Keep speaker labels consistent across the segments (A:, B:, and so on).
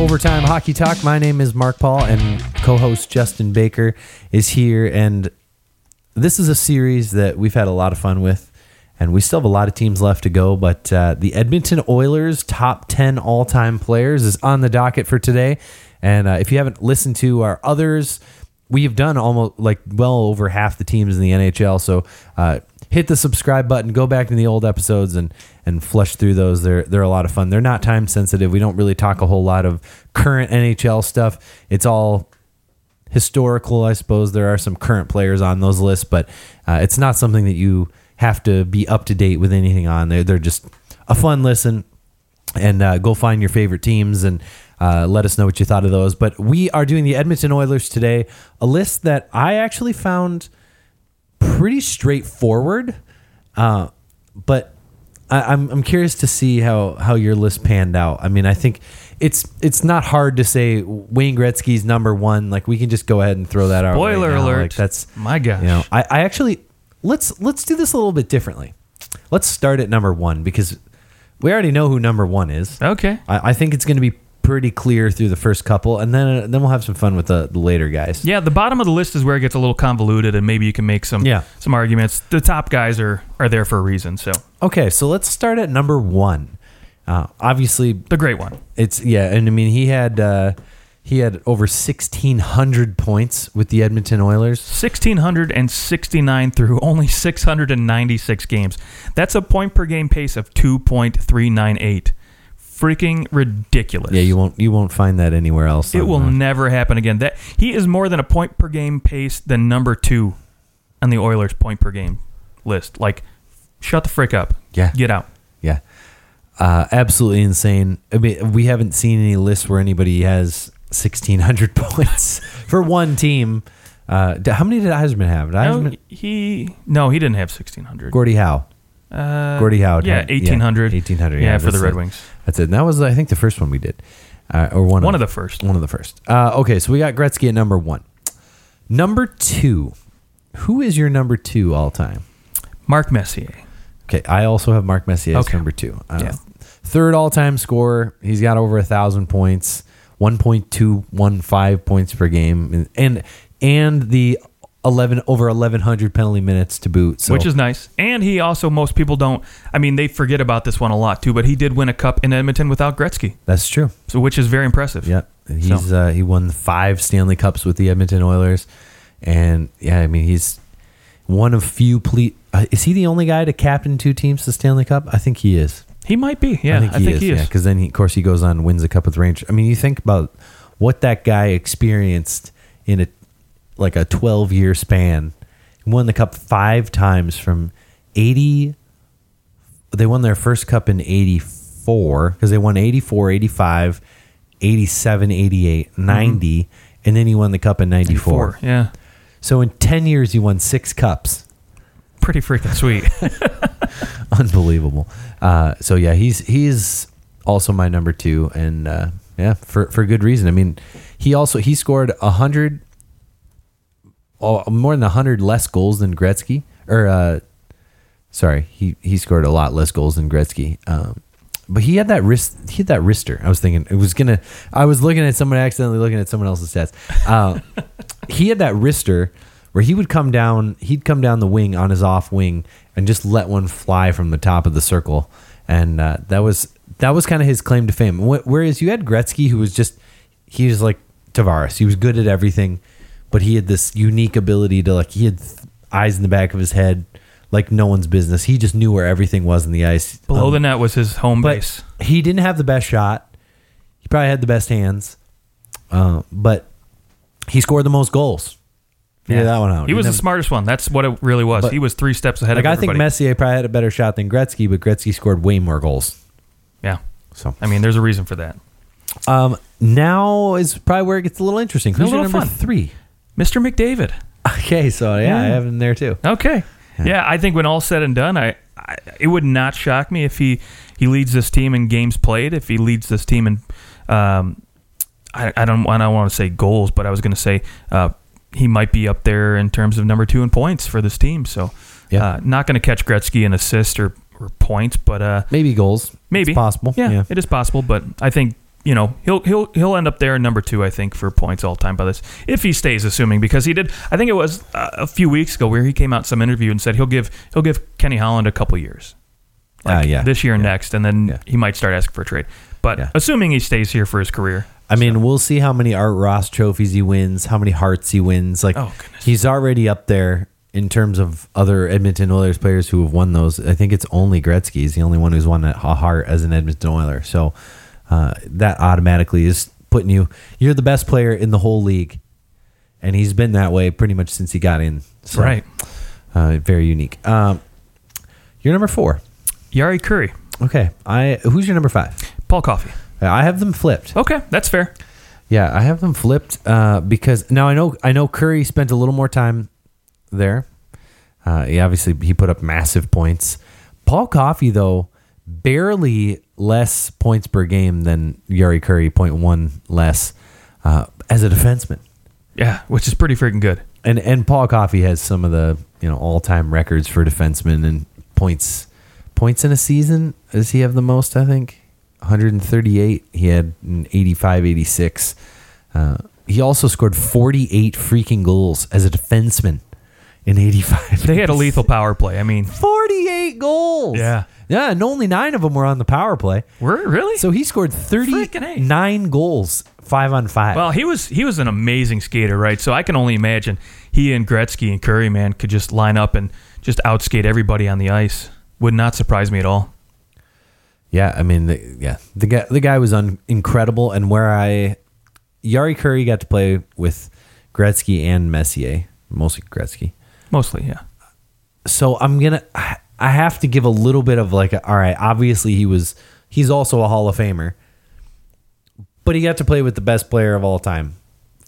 A: Overtime Hockey Talk. My name is Mark Paul, and co host Justin Baker is here. And this is a series that we've had a lot of fun with, and we still have a lot of teams left to go. But uh, the Edmonton Oilers' top 10 all time players is on the docket for today. And uh, if you haven't listened to our others, we have done almost like well over half the teams in the NHL. So uh, hit the subscribe button, go back to the old episodes, and and flush through those. They're they're a lot of fun. They're not time sensitive. We don't really talk a whole lot of current NHL stuff. It's all historical, I suppose. There are some current players on those lists, but uh, it's not something that you have to be up to date with anything on. They're, they're just a fun listen and uh, go find your favorite teams and uh, let us know what you thought of those. But we are doing the Edmonton Oilers today, a list that I actually found pretty straightforward. Uh, but I, I'm I'm curious to see how how your list panned out. I mean, I think it's it's not hard to say Wayne Gretzky's number one. Like we can just go ahead and throw that out.
B: Spoiler
A: right now.
B: alert.
A: Like, that's
B: My gosh.
A: You know, I, I actually let's let's do this a little bit differently. Let's start at number one because we already know who number one is.
B: Okay.
A: I, I think it's going to be pretty clear through the first couple, and then then we'll have some fun with the, the later guys.
B: Yeah, the bottom of the list is where it gets a little convoluted, and maybe you can make some
A: Yeah.
B: some arguments. The top guys are are there for a reason, so
A: Okay, so let's start at number one. Uh, obviously,
B: the great one.
A: it's yeah, and I mean he had uh, he had over sixteen hundred points with the Edmonton Oilers.
B: Sixteen hundred and sixty nine through only six hundred and ninety six games. That's a point per game pace of two point three nine eight. Freaking ridiculous.
A: Yeah, you won't you won't find that anywhere else.
B: It
A: on,
B: will
A: uh,
B: never happen again. That he is more than a point per game pace than number two on the Oilers point per game list. Like, shut the frick up.
A: Yeah.
B: Get out.
A: Yeah. Uh, absolutely insane. I mean, we haven't seen any lists where anybody has 1,600 points for one team. Uh, d- how many did Heisman have? Did
B: No,
A: Heisman,
B: he no, he didn't have sixteen hundred.
A: Gordie Howe.
B: Uh,
A: Gordie Howe.
B: Yeah,
A: had-
B: eighteen hundred.
A: 1,800.
B: Yeah, for
A: that's
B: the Red
A: it.
B: Wings.
A: That's it. And that was, I think, the first one we did. Uh, or one,
B: One of the first.
A: One of the first. Uh, okay, so we got Gretzky at number one. Number two. Who is your number two all time?
B: Mark Messier.
A: Okay, I also have Mark Messier as
B: Okay.
A: number two. Uh,
B: Yeah.
A: Third all time scorer. He's got over a thousand points, one point two one five points per game, and and, and the eleven over eleven hundred penalty minutes to boot. So
B: Which is nice. And he also, most people don't, I mean, they forget about this one a lot too, but he did win a cup in Edmonton without Gretzky,
A: that's true.
B: so which is very impressive.
A: Yeah, and he's uh, he won five Stanley Cups with the Edmonton Oilers, and yeah, I mean he's one of few. Ple- uh, is he the only guy to captain two teams to Stanley Cup? I think he is.
B: He might be. Yeah, I think he is.
A: Yeah, because then he, of course he goes on and wins a cup with Rangers. I mean, you think about what that guy experienced in a like a twelve year span. He won the cup five times from eighty. They won their first cup in eighty four because they won 84, 85, 87, 88, 90,
B: Mm-hmm.
A: and then he won the cup in ninety four.
B: Four. Yeah.
A: So in ten years, he won six cups.
B: Pretty freaking sweet.
A: unbelievable. Uh, so yeah, he's he's also my number two, and uh, yeah, for for good reason. I mean, he also he scored a hundred, oh, more than a hundred less goals than Gretzky, or uh, sorry, he he scored a lot less goals than Gretzky. Um, but he had that wrist. He had that wrister. I was thinking it was gonna. I was looking at someone accidentally looking at someone else's stats. Uh, he had that wrister where he would come down. He'd come down the wing on his off wing and just let one fly from the top of the circle. And uh, that was that was kind of his claim to fame. Wh- Whereas you had Gretzky, who was just he was like Tavares. He was good at everything, but he had this unique ability to like he had th- eyes in the back of his head like no one's business. He just knew where everything was in the ice.
B: Below
A: Um,
B: the net was his home
A: but
B: base.
A: he didn't have the best shot. He probably had the best hands, uh, but he scored the most goals. Figure that one out.
B: He was the
A: Didn't have-
B: smartest one. That's what it really was.
A: But-
B: he was three steps ahead
A: Like
B: of
A: I
B: everybody.
A: think Messier probably had a better shot than Gretzky, but Gretzky scored way more goals.
B: yeah.
A: So
B: I mean, there's a reason for that.
A: um, now is probably where it gets a little interesting. Who's
B: A
A: your
B: little
A: number
B: fun. Hmm.
A: three?
B: Mr. McDavid.
A: Okay, so yeah, I have him there too.
B: Okay. Yeah. I think when all said and done, I, I it would not shock me if he he leads this team in games played, if he leads this team in um I, I don't I don't want to say goals, but I was going to say uh he might be up there in terms of number 2 in points for this team. So
A: Yeah.
B: uh, not going to catch Gretzky in assists or, or points, but uh
A: Maybe goals.
B: maybe
A: It's possible.
B: Yeah, it is possible, but I think you know he'll he'll he'll end up there number two I think for points all time by this if he stays assuming because he did I think it was uh, a few weeks ago where he came out in some interview and said he'll give he'll give Kenny Holland a couple years
A: Ah, yeah.
B: this year and next and then
A: Yeah.
B: he might start asking for a trade but
A: Yeah.
B: assuming he stays here for his career
A: I mean, we'll see how many Art Ross trophies he wins, how many hearts he wins. Like,
B: Oh, goodness.
A: he's already up there in terms of other Edmonton Oilers players who have won those. I think it's only Gretzky. He's the only one who's won a a heart as an Edmonton Oiler. So uh, that automatically is putting you, you're the best player in the whole league. And he's been that way pretty much since he got in. So,
B: Right.
A: Uh, very unique. Um, you're number four.
B: Yari Curry
A: Okay. I Who's your number five?
B: Paul Coffey
A: I have them flipped.
B: okay that's fair
A: Yeah, I have them flipped uh, because now I know I know Curry spent a little more time there. Uh, he obviously he put up massive points. Paul Coffey though barely less points per game than Yari Curry, 0.1 less uh, as a defenseman.
B: yeah which is pretty freaking good
A: And and Paul Coffey has some of the you know all time records for defensemen and points points in a season. Does he have the most? I think 138. He had an 85, 86. Uh, he also scored 48 freaking goals as a defenseman in 85.
B: they had a lethal power play I mean
A: 48 goals.
B: Yeah.
A: yeah, and only nine of them were on the power play.
B: were really
A: So he scored
B: Freaking A.
A: 39 goals, five on five.
B: Well, he was he was an amazing skater, right? So I can only imagine he and Gretzky and Curry, man, could just line up and just outskate everybody on the ice. Would not surprise me at all.
A: Yeah, I mean, the, yeah, the guy the guy was un- incredible, and where I Yari Curry got to play with Gretzky and Messier, mostly Gretzky.
B: Mostly, yeah.
A: So I'm gonna I I have to give a little bit of like, a, all right, obviously he was he's also a Hall of Famer, but he got to play with the best player of all time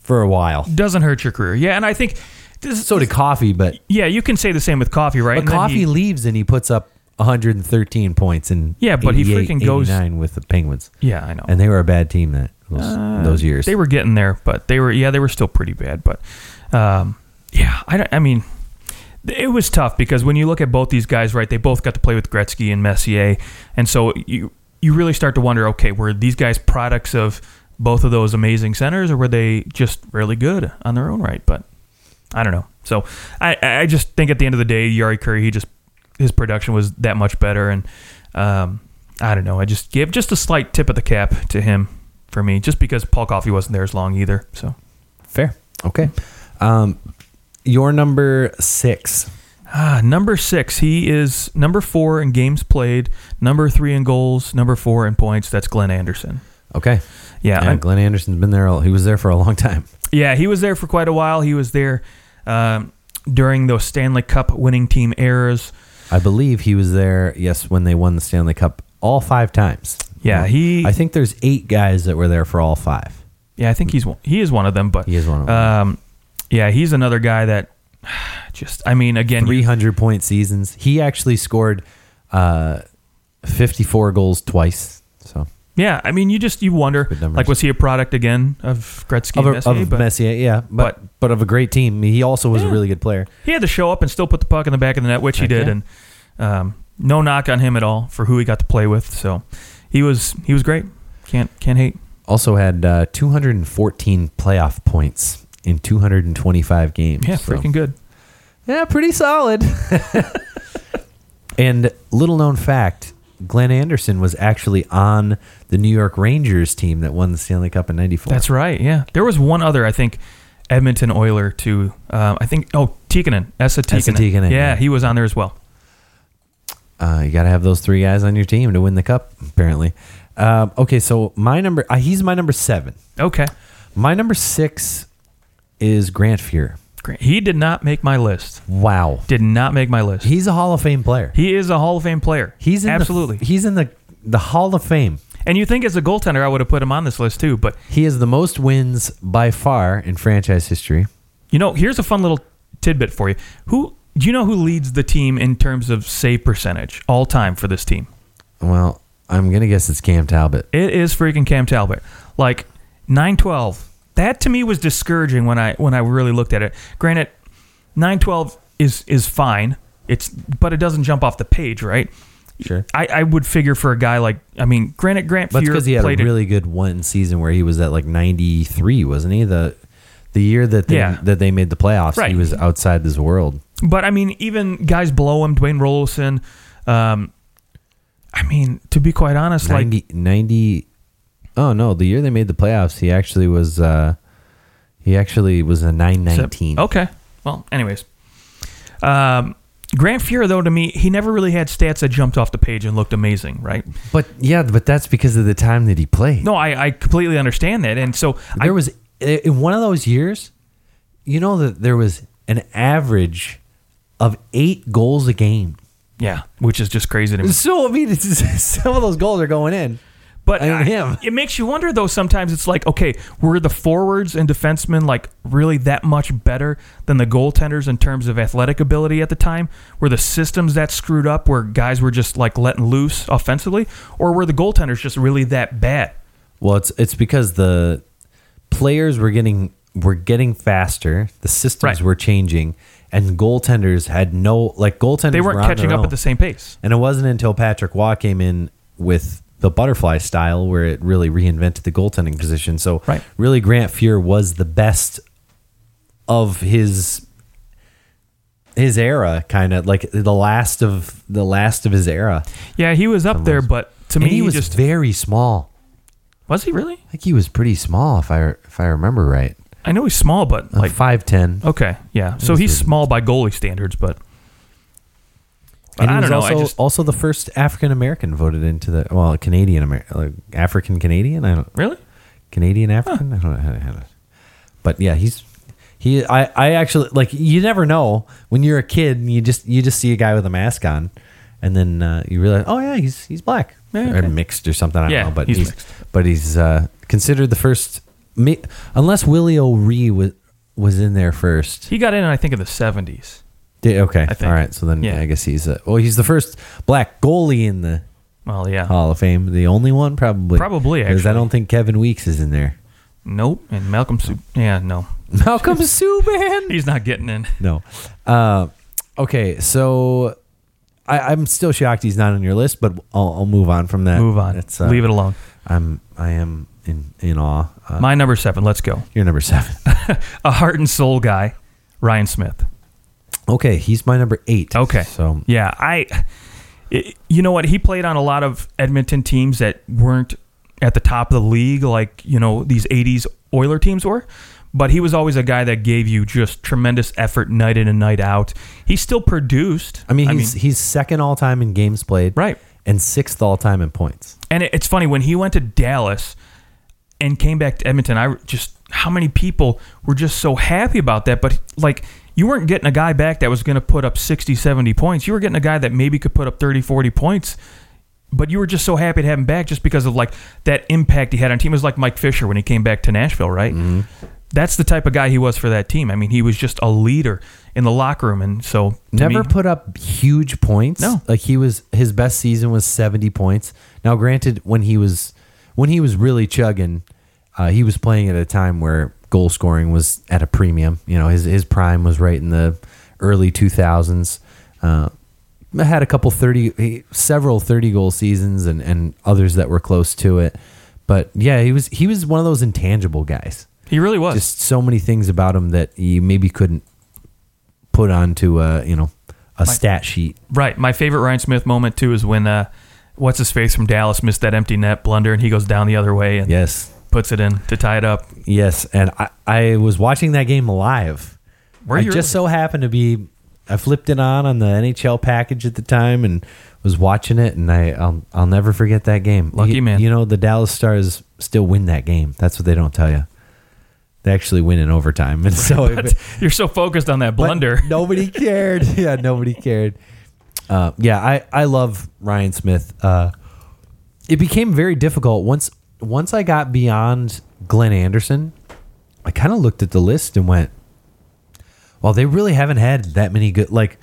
A: for a while.
B: Doesn't hurt your career, yeah. And I think this,
A: So did Coffee, but
B: yeah, you can say the same with Coffee, right?
A: but
B: And then
A: Coffee
B: he-
A: leaves and he puts up 113 points in
B: Yeah, but he
A: 88,
B: freaking goes-
A: 89 with the Penguins,
B: yeah, I know.
A: and they were a bad team that those, those years.
B: Uh, They were getting there, but they were yeah, they were still pretty bad. But um, yeah, I don't, I mean, it was tough because when you look at both these guys, right? They both got to play with Gretzky and Messier, and so you you really start to wonder, okay, were these guys products of both of those amazing centers, or were they just really good on their own right? But I don't know. So I, I just think at the end of the day, Yari Curry, he just his production was that much better, and um, I don't know. I just gave just a slight tip of the cap to him for me, just because Paul Coffey wasn't there as long either. So
A: Fair. Okay. Um, your number six.
B: ah, number six, he is number four in games played, number three in goals, number four in points. That's Glenn Anderson.
A: Okay.
B: Yeah,
A: Yeah,
B: I'm-
A: Glenn Anderson's been there. All, he was there for a long time.
B: Yeah, he was there for quite a while. He was there um, during those Stanley Cup winning team eras.
A: I believe he was there. Yes, when they won the Stanley Cup all five times.
B: Yeah, he-
A: I think there's eight guys that were there for all five.
B: Yeah, I think he's one, he is one of them. But
A: He is one of them.
B: Um, yeah, he's another guy that just. I mean, again,
A: Three
B: you-
A: hundred point seasons. He actually scored uh, fifty four goals twice. So
B: yeah, I mean, you just you wonder,
A: Good numbers.
B: like, was he a product again of Gretzky
A: of, a,
B: and Messier?
A: of
B: But
A: Messier, yeah, but, but of a great team. He also was a
B: Yeah.
A: really good player.
B: he had to show up and still put the puck in the back of the net, which he
A: Heck
B: did,
A: yeah.
B: and um, no knock on him at all for who he got to play with. So he was he was great. Can't can't hate.
A: Also had uh, two hundred and fourteen playoff points in two hundred and twenty five games.
B: Yeah,
A: So-
B: freaking good.
A: Yeah, pretty solid. and little known fact Glenn Anderson was actually on the New York Rangers team that won the Stanley Cup in 94.
B: That's right. Yeah, there was one other. I think Edmonton Oiler too. Um, I think oh Tikkanen, Essa
A: Esa
B: Tikkanen.
A: Tikkanen,
B: Yeah,
A: yeah.
B: he was on there as well.
A: Uh, you got to have those three guys on your team to win the cup, apparently. Um, okay, so my number, uh, he's my number seven.
B: Okay,
A: My number six is Grant Fuhr.
B: great. He did not make my list.
A: Wow.
B: Did not make my list. He,
A: He's a Hall of Fame player.
B: is a Hall of Fame player.
A: He's in the-
B: absolutely.
A: he's in the, the Hall of Fame.
B: and you think as a goaltender, I would have put him on this list too. But
A: He has the most wins by far in franchise history.
B: you know, here's a fun little tidbit for you. Who do you know who leads the team in terms of save percentage all time for this team?
A: Well, I'm going to guess it's Cam Talbot.
B: It is freaking Cam Talbot. Like nine twelve. That to me was discouraging when I when I really looked at it. Granted, nine twelve is is fine. It's but it doesn't jump off the page, right?
A: Sure.
B: I, I would figure for a guy like I mean, granted, Grant
A: But it's
B: Fuhr
A: because he had a
B: played
A: really good one season where he was at like 93, wasn't he? The the year that they,
B: Yeah.
A: that they made the playoffs, he
B: Right.
A: was outside this world.
B: But I mean, even guys below him, Dwayne Rollison. Um, I mean, to be quite honest, like
A: 90, 90 Oh no, the year they made the playoffs, he actually was uh he actually was a 919.
B: okay. Well, anyways, um, Grant Fuhr though to me, he never really had stats that jumped off the page and looked amazing, right?
A: But yeah, but that's because of the time that he played.
B: No, I, I completely understand that, and so I,
A: there was in one of those years, you know that there was an average of 8 goals a game.
B: yeah, which is just crazy to me.
A: So I mean, it's, some of those goals are going in.
B: But
A: I mean,
B: I-
A: him.
B: it makes you wonder though. Sometimes it's like, okay, were the forwards and defensemen like really that much better than the goaltenders in terms of athletic ability at the time? Were the systems that screwed up where guys were just like letting loose offensively, or were the goaltenders just really that bad?
A: Well, it's it's because the players were getting were getting faster, the systems
B: Right.
A: were changing, and goaltenders had no like goaltenders
B: They
A: were
B: weren't
A: on
B: catching
A: their
B: up
A: own.
B: at the same pace.
A: And it wasn't until Patrick Waugh came in with the butterfly style where it really reinvented the goaltending position. So
B: Right.
A: really Grant Fuhr was the best of his his era kind of like the last of the last of his era.
B: Yeah, he was up there, but to
A: And
B: me,
A: he was
B: just
A: very small.
B: was he really?
A: I think he was pretty small if I if I remember right.
B: I know he's small, but
A: Like
B: like oh,
A: five ten.
B: okay, yeah. So he's small by goalie standards, but. but I don't know.
A: Also,
B: I just
A: also the first African American voted into the well Canadian American like African Canadian. I don't
B: really.
A: Canadian African. I don't know how to how to- But yeah, he's he. I I actually like you never know when you're a kid. And you just you just see a guy with a mask on, and then uh, you realize oh yeah he's he's black
B: Yeah,
A: or
B: okay.
A: mixed or something. I
B: Yeah,
A: don't know, but
B: he's
A: he's,
B: mixed.
A: but he's uh, considered the first. mi- Unless Willie O'Ree was was in there first.
B: He got in, I think, in the seventies.
A: Yeah, okay.
B: think.
A: All right. So then,
B: Yeah.
A: I guess he's uh, well. He's the first black goalie in the
B: Well, yeah.
A: Hall of Fame. The only one, probably.
B: Probably,
A: I
B: actually.
A: don't think Kevin Weeks is in there.
B: Nope. And Malcolm, Su- yeah, no,
A: Malcolm Subban.
B: he's not getting in.
A: No. Uh, okay. So I, I'm still shocked he's not on your list, but I'll, I'll move on from that.
B: Move on.
A: It's, uh,
B: Leave it alone.
A: I'm. I am in in awe. Uh,
B: My number seven. Let's go.
A: you're number seven.
B: A heart and soul guy, Ryan Smith.
A: okay, he's my number eight.
B: Okay.
A: So
B: Yeah, I. it- you know what? He played on a lot of Edmonton teams that weren't at the top of the league, like you know these '80s Oiler teams were. But he was always a guy that gave you just tremendous effort night in and night out. He still produced.
A: I mean, he's he's second all time in games played.
B: Right.
A: And sixth all time in points.
B: And it, it's funny when he went to Dallas and came back to Edmonton. I just how many people were just so happy about that, but like you weren't getting a guy back that was going to put up 60, 70 points. You were getting a guy that maybe could put up 30, 40 points. But you were just so happy to have him back just because of like that impact he had on team. It was like Mike Fisher when he came back to Nashville, right?
A: Mm-hmm.
B: That's the type of guy he was for that team. I mean, he was just a leader in the locker room, and so to
A: Never
B: me-
A: put up huge points.
B: No.
A: Like he was his best season was 70 points. Now granted when he was when he was really chugging, uh, he was playing at a time where goal scoring was at a premium. You know, his his prime was right in the early 2000s. Uh had a couple 30 he- several 30 goal seasons and and others that were close to it. But yeah, he was he was one of those intangible guys
B: he really was.
A: just so many things about him that you maybe couldn't put onto a you know a stat sheet.
B: Right. My favorite Ryan Smith moment too is when uh, what's his face from Dallas missed that empty net blunder and he goes down the other way and
A: Yes,
B: puts it in to tie it up.
A: yes, and I I was watching that game live.
B: Were
A: I
B: you
A: just so happened to be I flipped it on on the NHL package at the time and was watching it, and I I'll, I'll never forget that game.
B: Lucky
A: You-
B: man.
A: You know the Dallas Stars still win that game. That's what they don't tell you. They actually win in overtime, and so if it-
B: You're so focused on that
A: But
B: blunder.
A: nobody cared. Yeah, nobody cared. Uh, yeah, I, I love Ryan Smith. Uh, it became very difficult once once I got beyond Glenn Anderson. I kind of looked at the list and went, "Well, they really haven't had that many good like."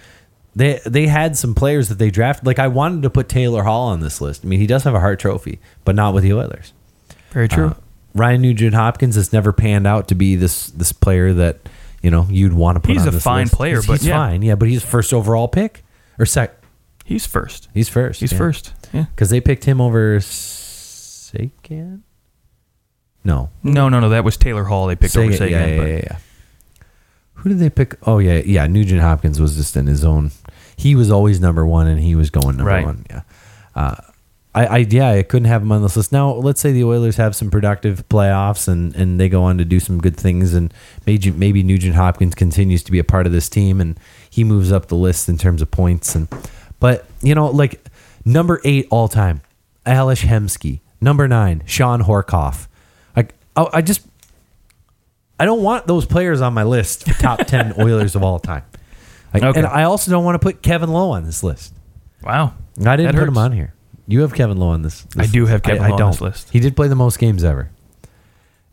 A: They, they had some players that they drafted. Like I wanted to put Taylor Hall on this list. I mean, he does have a Hart Trophy, but not with the Oilers.
B: Very true.
A: Uh, Ryan Nugent Hopkins has never panned out to be this this player that you know you'd want to put.
B: He's
A: on
B: a
A: this
B: fine
A: list.
B: player,
A: He's-
B: but
A: he's
B: yeah.
A: fine. Yeah, but he's first overall pick or sec.
B: He's first.
A: He's first.
B: He's
A: yeah.
B: first. Yeah.
A: because they picked him over Sagan. No,
B: No, no, no. That was Taylor Hall. They picked over
A: Sagan,
B: Sagan.
A: Yeah,
B: but
A: yeah, yeah, yeah. Who did they pick? Oh yeah, yeah. Nugent Hopkins was just in his own. He was always number one, and he was going number
B: Right.
A: one. Yeah. Uh, I, I yeah, I couldn't have him on this list. Now let's say the Oilers have some productive playoffs and, and they go on to do some good things, and maybe maybe Nugent Hopkins continues to be a part of this team, and he moves up the list in terms of points. And but you know, like number eight all time, Alish Hemsky. Number nine, Sean Horkoff. Like I, I just I don't want those players on my list for top 10 Oilers of all time. Like,
B: Okay.
A: And I also don't want to put Kevin Lowe on this list.
B: Wow.
A: I didn't
B: That
A: put him
B: hurts.
A: on here. You have Kevin Lowe on this.
B: I
A: this-
B: do have Kevin Lowe on this list.
A: He did play the most games ever.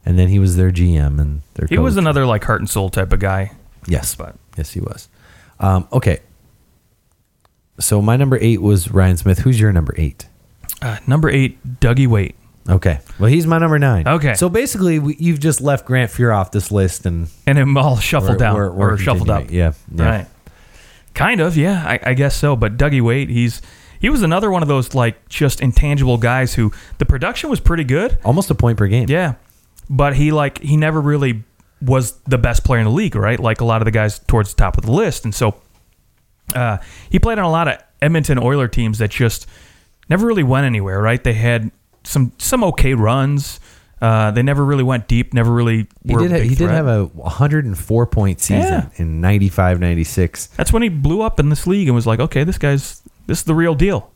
A: And then he was their GM and their
B: He
A: coach.
B: was another like heart and soul type of guy.
A: Yes.
B: But-
A: Yes, he was. Um, okay. So my number eight was Ryan Smith. Who's your number eight?
B: Uh, number eight, Dougie Waite.
A: Okay. Well, he's my number nine.
B: Okay.
A: So basically, we, you've just left Grant Fuhr off this list and
B: And him all shuffled down or shuffled up.
A: continuing. Yeah. yeah.
B: Right. Kind of, yeah, I, I guess so. But Dougie Waite, he's he was another one of those like just intangible guys who the production was pretty good.
A: Almost a point per game.
B: Yeah. But he like he never really was the best player in the league, right? Like a lot of the guys towards the top of the list. And so uh, he played on a lot of Edmonton Oiler teams that just never really went anywhere, right? They had some some okay runs. Uh, they never really went deep, never really
A: He
B: were
A: did,
B: a
A: ha-
B: big
A: he did
B: threat.
A: have a 104 point season
B: Yeah.
A: in 95 96.
B: That's when he blew up in this league and was like, "Okay, this guy's this is the real deal."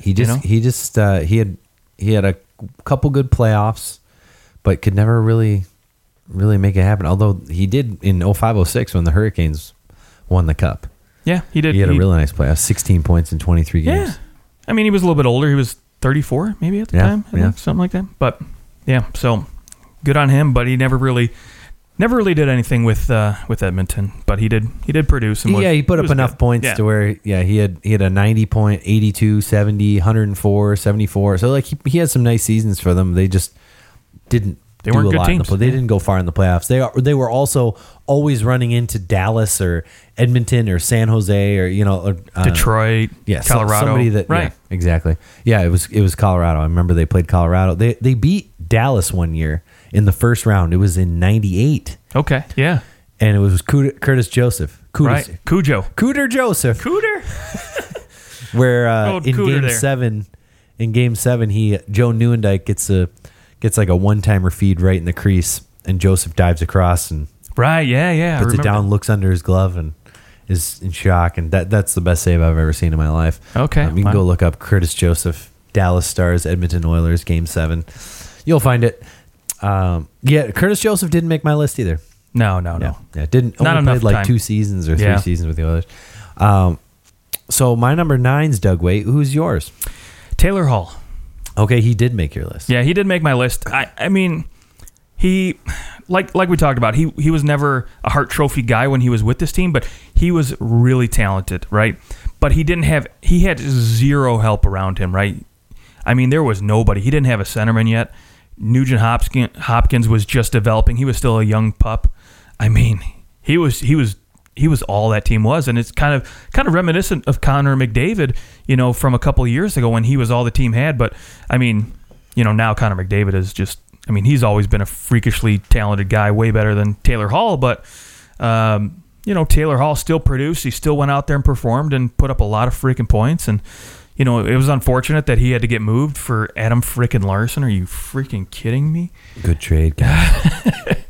A: He just
B: know?
A: he just uh, he had he had a couple good playoffs but could never really really make it happen. Although he did in 0506 when the Hurricanes won the cup.
B: Yeah, he did.
A: He had a really nice playoff, 16 points in 23
B: yeah.
A: games.
B: I mean, he was a little bit older. He was 34, maybe at the
A: Yeah,
B: time, I
A: yeah.
B: think, something like that. But yeah, so good on him. But he never really, never really did anything with uh, with Edmonton. But he did, he did produce. And was,
A: yeah, he put up
B: was
A: enough
B: good.
A: points
B: Yeah.
A: to where yeah, he had he had a 90 point, 82, 70, 104, 74. So like he, he had some nice seasons for them. They just didn't
B: They
A: do
B: weren't
A: a
B: good
A: lot in the
B: teams.
A: play. They didn't go far in the playoffs. They are, they were also always running into Dallas or Edmonton or San Jose or you know or, uh,
B: Detroit,
A: yeah, so-
B: Colorado,
A: somebody that yeah,
B: right?
A: exactly. Yeah, it was it was Colorado. I remember they played Colorado. They they beat Dallas one year in the first round. It was in 98
B: Okay, yeah,
A: and it was Cud- Curtis Joseph. Curtis,
B: right. Cujo,
A: Cooter Joseph
B: Cooter.
A: where uh,
B: Old
A: in
B: Cooter
A: game
B: there.
A: seven, in game seven, he Joe Newendike gets a gets like a one timer feed right in the crease, and Joseph dives across and
B: Right, yeah, yeah. I
A: puts it
B: remember
A: down, looks under his glove, and is in shock. And that that's the best save I've ever seen in my life.
B: Okay,
A: um, you can
B: wow.
A: go look up Curtis Joseph, Dallas Stars, Edmonton Oilers, game seven. You'll find it. Um, yeah, Curtis Joseph didn't make my list either.
B: that. No, no,
A: Yeah,
B: no.
A: yeah. Didn't
B: Not
A: only
B: enough
A: played like
B: time.
A: two seasons or three
B: Yeah.
A: seasons with the Oilers. Um, so my number nine's Doug Waite. Who's yours?
B: Taylor Hall.
A: Okay, he did make your list.
B: Yeah, he did make my list. I, I mean, he like like we talked about, he he was never a Hart Trophy guy when he was with this team, but he was really talented, right? But he didn't have he had zero help around him, right? I mean, there was nobody. He didn't have a centerman yet. Nugent Hopkins Hopkins was just developing. He was still a young pup. I mean, he was he was he was all that team was, and it's kind of kind of reminiscent of Connor McDavid, you know, from a couple of years ago when he was all the team had. But I mean, you know, now Connor McDavid is just. I mean, he's always been a freakishly talented guy, way better than Taylor Hall. But um, you know, Taylor Hall still produced. He still went out there and performed and put up a lot of freaking points. And you know, it was unfortunate that he had to get moved for Adam freaking Larson. Are you freaking kidding me?
A: Good trade, guy.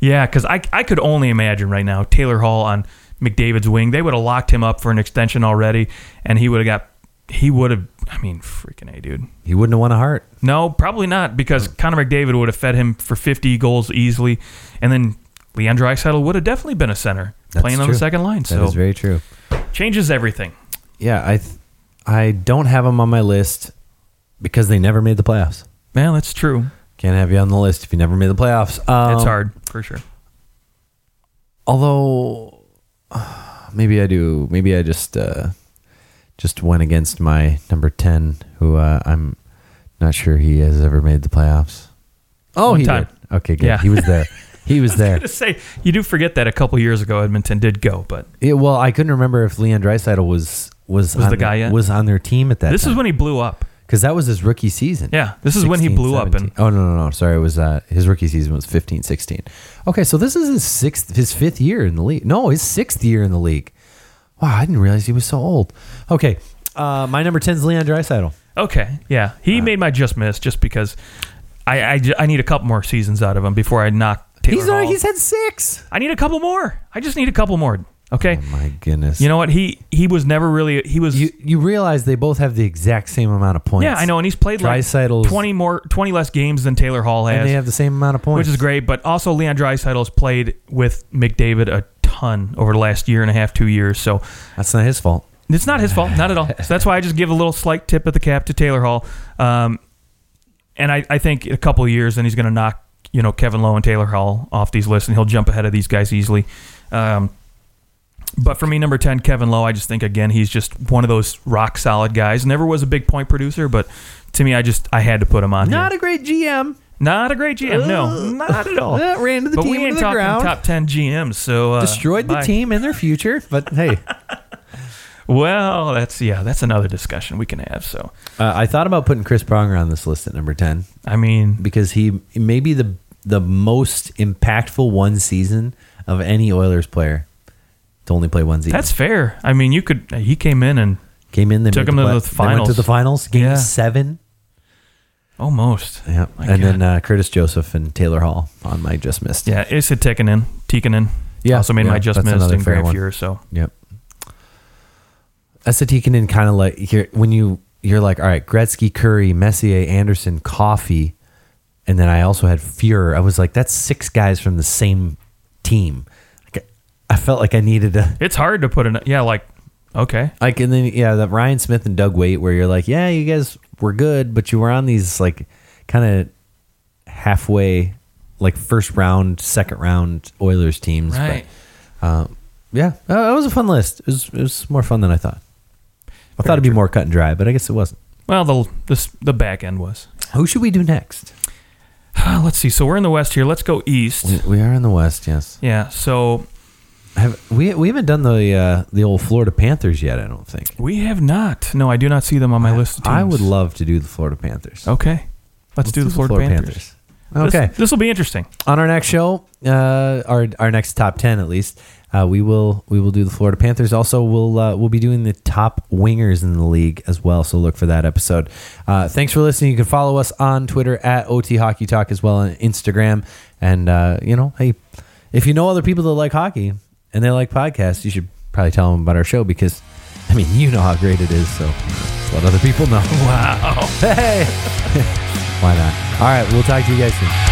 B: Yeah, because I, I could only imagine right now Taylor Hall on McDavid's wing. They would have locked him up for an extension already, and he would have got he would have. I mean, freaking a dude.
A: he wouldn't have won a heart.
B: No, probably not because Connor McDavid would have fed him for 50 goals easily, and then Leandro Draisaitl would have definitely been a center
A: That's
B: playing on
A: true.
B: the second line.
A: That is
B: So
A: very true.
B: changes everything.
A: Yeah, I th- I don't have him on my list because they never made the playoffs.
B: Man, that's true.
A: Can't have you on the list if you never made the playoffs. Um,
B: That's hard for sure.
A: Although maybe I do. Maybe I just uh, just went against my number ten, who uh, I'm not sure he has ever made the playoffs. Oh,
B: One
A: he
B: time.
A: did. Okay, good.
B: Yeah.
A: He was there. He was there.
B: To say you do forget that a couple years ago Edmonton did go, but
A: Yeah, well, I couldn't remember if Leon Dreisaitl was was,
B: Was
A: on
B: the guy yet?
A: was on their team at that.
B: This is when he blew up.
A: because that was his rookie season.
B: Yeah, this is when he blew up and-
A: 17. oh no no no sorry it was uh, his rookie season was 15 16. Okay, so this is his sixth his fifth year in the league. No, his sixth year in the league. Wow, I didn't realize he was so old. Okay, uh, my number 10 is Leon Draisaitl.
B: Okay, yeah, he made my just miss just because I, I, ju- I need a couple more seasons out of him before I knock Taylor
A: He's already,
B: Hall.
A: he's had six.
B: I need a couple more. I just need a couple more. Okay,
A: Oh my goodness.
B: you know what? He he was never really he was.
A: you you realize they both have the exact same amount of points.
B: yeah, I know, and he's played like
A: Dreisaitl's-
B: twenty more, twenty less games than Taylor Hall has.
A: And they have the same amount of points.
B: which is great. But also, Leon Draisaitl has played with McDavid a ton over the last year and a half, two years. So
A: That's not his fault.
B: it's not his fault, not at all. So that's why I just give a little slight tip at the cap to Taylor Hall. Um, and I, I think in a couple of years, then he's going to knock you know Kevin Lowe and Taylor Hall off these lists, and he'll jump ahead of these guys easily. Um, but for me, number ten, Kevin Lowe. I just think again, he's just one of those rock solid guys. Never was a big point producer, but to me, I just I had to put him on.
A: Not
B: here.
A: a great GM.
B: not a great GM. No,
A: Ugh.
B: not at all
A: Uh, ran to the
B: but
A: team
B: we
A: into
B: ain't
A: the
B: talking
A: ground.
B: top 10 GMs, so uh,
A: Destroyed the
B: bye.
A: team and their future. But hey, uh,
B: Well, that's yeah, that's another discussion we can have. So,
A: uh, I thought about putting Chris Pronger on this list at number ten
B: I mean,
A: because he may be the the most impactful one season of any Oilers player to only play one season.
B: that's fair. I mean, you could he came in and
A: Came in, they
B: Took
A: made
B: him to
A: play-
B: the
A: They went to
B: finals.
A: the finals, game
B: Yeah.
A: seven.
B: almost.
A: Yeah,
B: My
A: and
B: God.
A: then uh, Curtis Joseph and Taylor Hall on my just missed.
B: yeah, Issa Tikkanen, Tikkanen.
A: Yeah,
B: also made
A: yeah,
B: my just
A: that's
B: missed
A: another
B: in
A: fair
B: Grand
A: one.
B: Fuhrer. So,
A: Yep. Esatikanen kind of like here when you you're like, all right, Gretzky, Curry, Messier, Anderson, Coffee, and then I also had Fuhrer. I was like, that's six guys from the same team. Like, I felt like I needed a
B: it's hard to put an yeah, like okay,
A: like, and then yeah, that Ryan Smith and Doug Waite, where you're like, yeah, you guys were good, but you were on these like kind of halfway, like first round, second round Oilers teams, but-
B: right.
A: yeah, uh, it was a fun list. It was, it was more fun than I thought. I thought it'd be more cut and dry, but I guess it wasn't.
B: Well, the this the back end was.
A: Who should we do next?
B: Let's see. So we're in the West here. Let's go
A: We,
B: East.
A: we are in the West, yes.
B: Yeah. So
A: Have, we we haven't done the uh, the old Florida Panthers yet. I don't think.
B: we have not. No, I do not see them on my list. Of teams.
A: I would love to do the Florida Panthers.
B: Okay. Let's, do the Florida, Panthers.
A: Panthers. Okay.
B: This will be interesting.
A: on our next show, uh, our our next top ten at least, uh, we will we will do the Florida Panthers. Also, we'll uh, we'll be doing the top wingers in the league as well. So look for that episode. Uh, thanks for listening. You can follow us on Twitter at OT Hockey Talk as well on Instagram. And uh, you know, hey, if you know other people that like hockey and they like podcasts, you should probably tell them about our show because I mean, you know how great it is. So just let other people know.
B: Wow.
A: Hey, why not? All right, we'll talk to you guys soon.